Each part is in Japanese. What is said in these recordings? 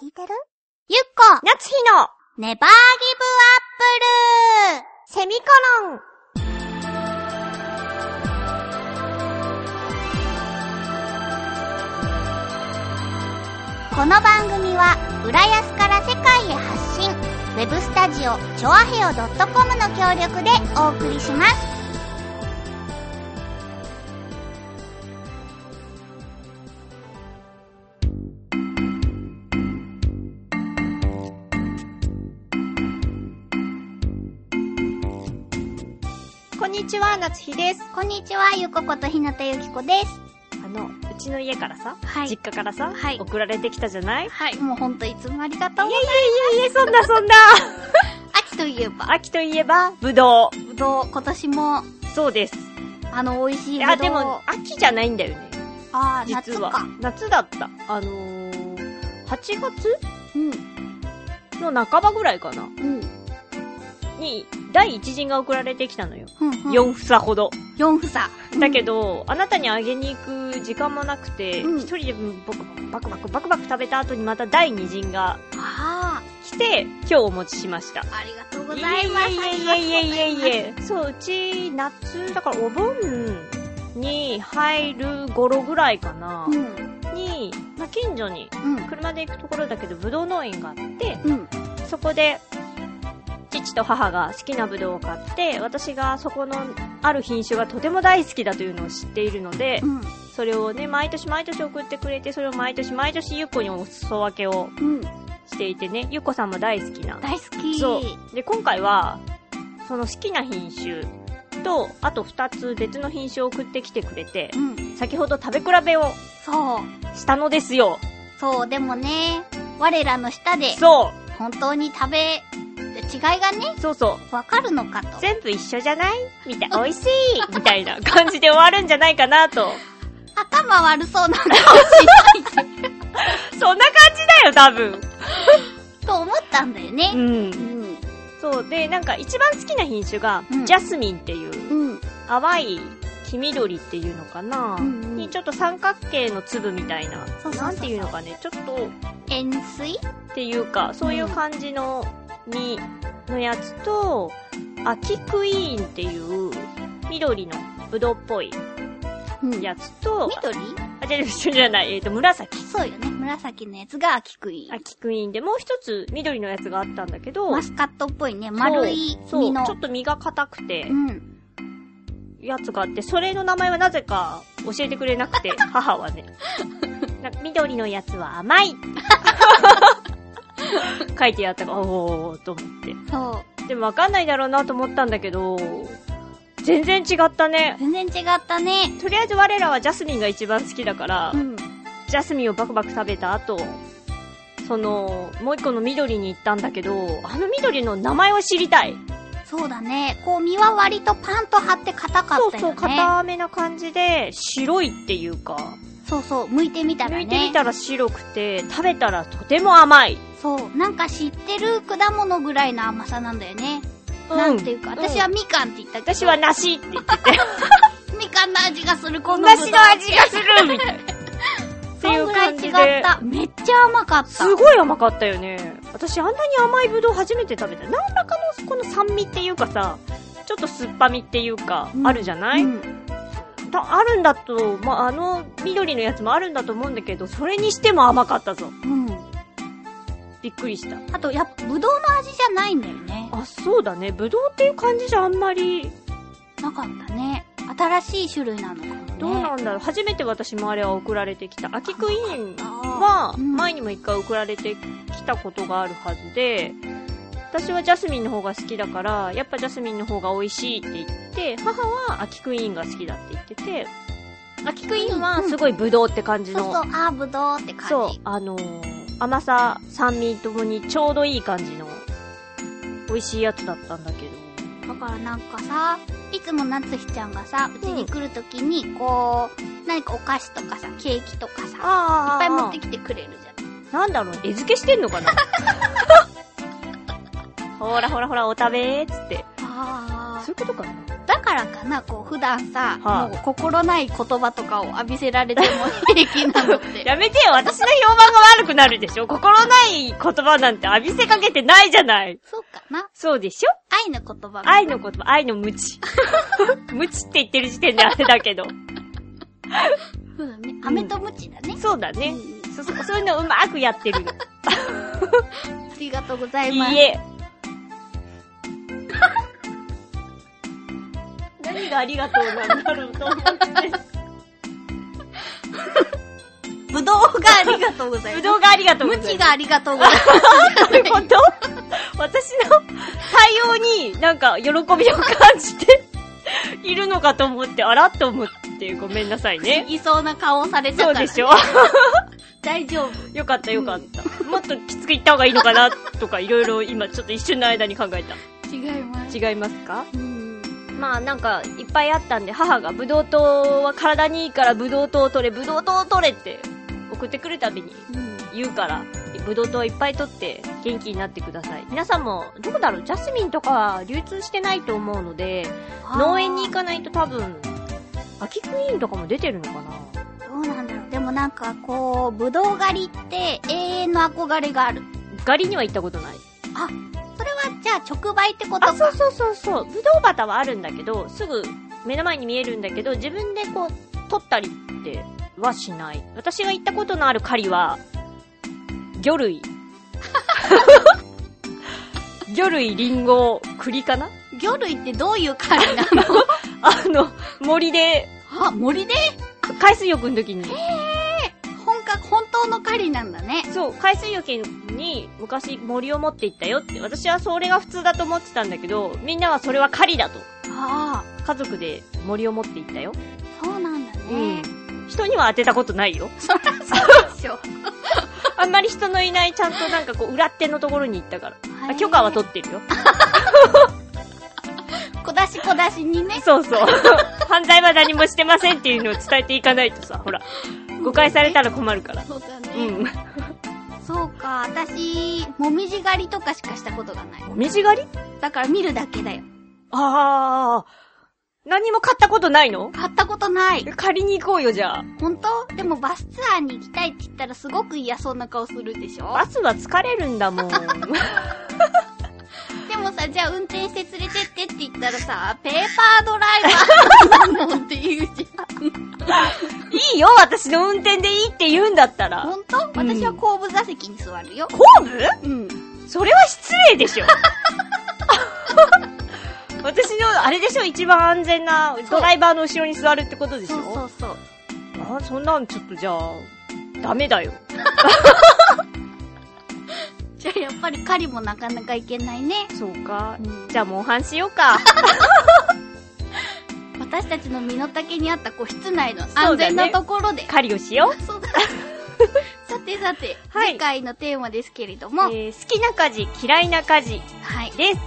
聞いてるゆっこ夏日のネバーギブアップルセミコロンこの番組は浦安から世界へ発信ウェブスタジオチョアヘオ .com の協力でお送りしますこんにちは、夏日です。こんにちはゆこことひなたゆきこですあの、うちの家からさ、はい実家からさ、はい送られてきたじゃないいはいもうほんといつもありがとうやいやいやいや、そんなそんな秋といえば秋といえば、ぶどう。ぶどう今年もそうです。あの美味しいぶどうあ、でも、秋じゃないんだよね。あー実夏は。か夏だった。あのー、8月うんの半ばぐらいかな。うんに、第一陣が送られてきたのよ。うん、うん、 4房ほど。 4房だけど、あなたにあげに行く時間もなくて、一、うん人で僕バクバクバクバク食べた後にまた第二陣があ来て、今日お持ちしました。あありがとうございますいえいえいえいえいえいえ。そう、うち、夏、だからお盆に入る頃ぐらいかなう、んに、まあ、近所に、うん車で行くところだけど、ぶどう農園があって、うんそこで、父と母が好きなぶどうを買って、私がそこのある品種がとても大好きだというのを知っているのでう、んそれをね、毎年毎年送ってくれて、それを毎年毎年ゆっこにお裾分けをうんしていてね、ゆっこさんも大好きな。大好きそう。で、今回は、その好きな品種と、あと2つ別の品種を送ってきてくれて、うん先ほど食べ比べをそうしたのですよ。そう、でもね、我らの舌でそ本当に食べ、違いがね、うそうそう。わかるのかと。全部一緒じゃないみたい、美味しいみたいな感じで終わるんじゃないかなと。頭悪そうな顔しないそんな感じだよ、多分。と思ったんだよう。ね。うんん。そう。で、なんか一番好きな品種が、うんジャスミンっていう、うん。淡い黄緑っていうのかな、うんうんにちょっと三角形の粒みたいそな、うそうそうそうなんていうのかね、ちょっと、塩水っていうか、そういう感じの実のやつと、秋クイーンっていう緑のブドウっぽいうんやつと、緑あ、じゃあ一緒じゃない、えっ、と、紫。そうよね。紫のやつが秋食い。秋クイーンで、もう一つ緑のやつがあったんだけど、マスカットっぽいね。丸いそう実の。ちょっと実が硬くてう、ん。やつがあって、それの名前はなぜか教えてくれな くて、母はね。なんか緑のやつは 甘い書いてあったから、おー、と思って。そう。でもわかんないだろうなと思ったんだけど、全然違ったね。全然違ったね。とりあえず我らはジャスミンが一番好きだから、うん。ジャスミンをバクバク食べた後、その、もう一個の緑に行ったんだけど、あの緑の名前を知りたい。そうだね。こう、実は割とパンと張って硬かそっうたそよう、ね。硬めな感じで、白いっていうか、そうそう、剥いてみたら抜ね。いてみたら白くて、食べたらとても甘い。そう、なんか知ってる果物ぐらいの甘さなんだよね。うんなんていうか、うん私はみかんって言ったけど、私は梨って言って、みかんの味がする、 このぶどう梨の味がするみたい な。ってそいんうぐらい感じ違っで。た。めっちゃ甘かった。すごい甘かったよね。私あんなに甘いぶどう初めて食べた。何らかのこの酸味っていうかさ、ちょっと酸っぱみっていうか、うんあるじゃない、うんたあるんだと、まあ、あの緑のやつもあるんだと思うんだけど、それにしても甘かったぞ。うん。びっくりした。あと、やっぱ、ぶどうの味じゃないんだよね。あ、そうだね。ぶどうっていう感じじゃあんまり、なかったね。新しい種類なのかもね。どうなんだろう。初めて私もあれは送られてきた。秋クイーンあは、うん前にも一回送られてきたことがあるはずで、私はジャスミンの方が好きだから、やっぱジャスミンの方が美味しいって言って、母は秋クイーンが好きだって言ってて、秋クイーンはすごいブドウって感ーじそうの、そう、あー、ぶどうって感じ。そう、あのー甘さ、酸味ともにちょうどいい感じの、美味しいやつだったんだけど。だからなんかさ、いつもなつひちゃんがさ、うちに来るときに、こう、何かお菓子とかさ、ケーキとかさ、いっあぱい持ってきてくれるじゃん。なんだろう、餌付けしてんのかな ほらほらほら、お食べーっつって。あそういうことかなだからかな、こう、普段さ、はいもう心ない言葉とかを浴びせられても平気なのって。 やめてよ、私の評判が悪くなるでしょ心ない言葉なんて浴びせかけてないじゃない。そうかな。そうでしょ愛の言葉。愛の言葉、愛の無 知。無知って言ってる時点であれだけど。そうだね。飴とムチだね。そうだね。うそ、そそういうのうまくやってるよ。んありがとうございまいす。いえ。 何がありがとうなんだろうと思って。 ぶどうがありがとうございぶまどうがありがとす。うごムざいチまがありがとうござい ます。す。どういうこと私の対応になんか喜びを感じているのかと思って、あらと思ってごめんなさいね。いそうな顔されちゃそっうたらでしょ大丈夫。よかったよかった。もっときつく言った方がいいのかなとかいろいろ今ちょっと一瞬の間に考えた。違います。違いますかうん。まあなんかいっぱいあったんで母がブドウ糖は体にいいからブドウ糖を取れ、ブドウ糖を取れって送ってくるたびにうん。言うから、ブドウ糖をいっぱい取って元気になってください。皆さんもどうだろうジャスミンとかは流通してないと思うので、農園に行かないと多分、秋クイーンとかも出てるのかなどうなんだろう。でもなんかこう、ぶどう狩りって永遠の憧れがある。狩りには行ったことない。それはじゃあ直売ってことあ、か。そうそうそうそう。ぶどうバタはあるんだけど、すぐ目の前に見えるんだけど、自分でこう、取ったりってはしない。私が行ったことのある狩りは、魚類。魚類、リンゴ、栗かな魚類ってどういう狩りなのあの、森で、あ、森で海水浴の時に。本格、本当の狩りなんだね。そう、海水浴に昔森を持って行ったよって。私はそれが普通だと思ってたんだけど、みんなはそれは狩りだと。あ家族で森を持って行ったよ。あ、そうなんだうんね。。人には当てたことない よ。そりゃそうでしょ。あんまり人のいない、ちゃんとなんかこう、裏手のところに行ったから。へあー許可は取ってるよ。小出し小出しにね。そう そう。犯罪は何もしてませんっていうのを伝えていかないとさ、ほら、誤解されたら困るから。そうだねう。ん。そうか、私、もみじ狩りとかしかしたことがない。もみじ狩りだから見るだけだよ。ああ。何も買ったことないの買ったこと ない。借りに行こうよ、じゃあ。本当でもバスツアーに行きたいって言ったらすごく嫌そうな顔するでしょバスは疲れるんだ もん。でもさ、じゃあ運転して連れてってって言ったらさ、ペーパードライバーだもんって言うじいいよ、私の運転でいいって言うんだったゃん。ら。本当私は後部座席に座るよ。後部うん。それは失礼でし ょ。私の、あれでしょ、一番安全なドライバーの後ろに座るってことでしそょうそうそう。あそんなんちょっとじゃあ、ダメだよ。じゃあやっぱり狩りもなかなか行けないね。そうかうんじゃあ、モンハンしよう か。私たちの身の丈にあった個室内のそう安だね全なところで。狩りをしよう。そうださてさて、はい次回のテーマですけれども、えー好きな家事、嫌いな家事はい。です。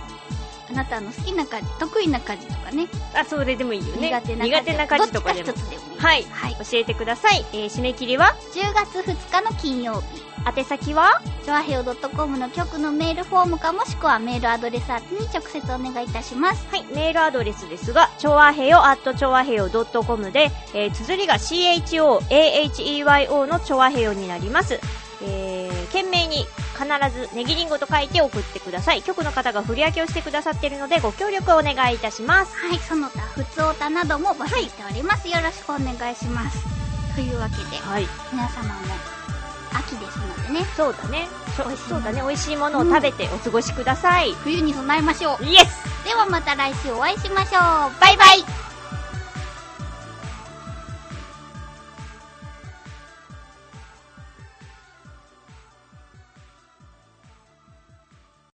あなたの好きな家事、得意な家事とかね、あ、それでもいいよね。苦手な家事苦手な家事とかでどっち。もか一つでもいい。はい。はい。教えてください。えー締め切りは10月2日の金曜日。宛先はジョアヘオ .com の局のメールフォームかもしくはメールアドレス宛てに直接お願いいたします。はい、メールアドレスですが、ちょわへよ、アットちょわへよ .com で、えー、綴りが CHOAHEYO のちょわへよになります。えー、懸命に必ずネギリンゴと書いて送ってください。局の方が振り分けをしてくださっているので、ご協力をお願いいたします。はい、その他、普通おたなども募集しております。よろしくお願いします。というわけで、はい。皆様も秋ですのでね、そうだね。ちょ美味しいそうだね。美味しいものを食べてお過ごしください。冬に備えましょう。イエスではまた来週お会いしましょう。バイバイ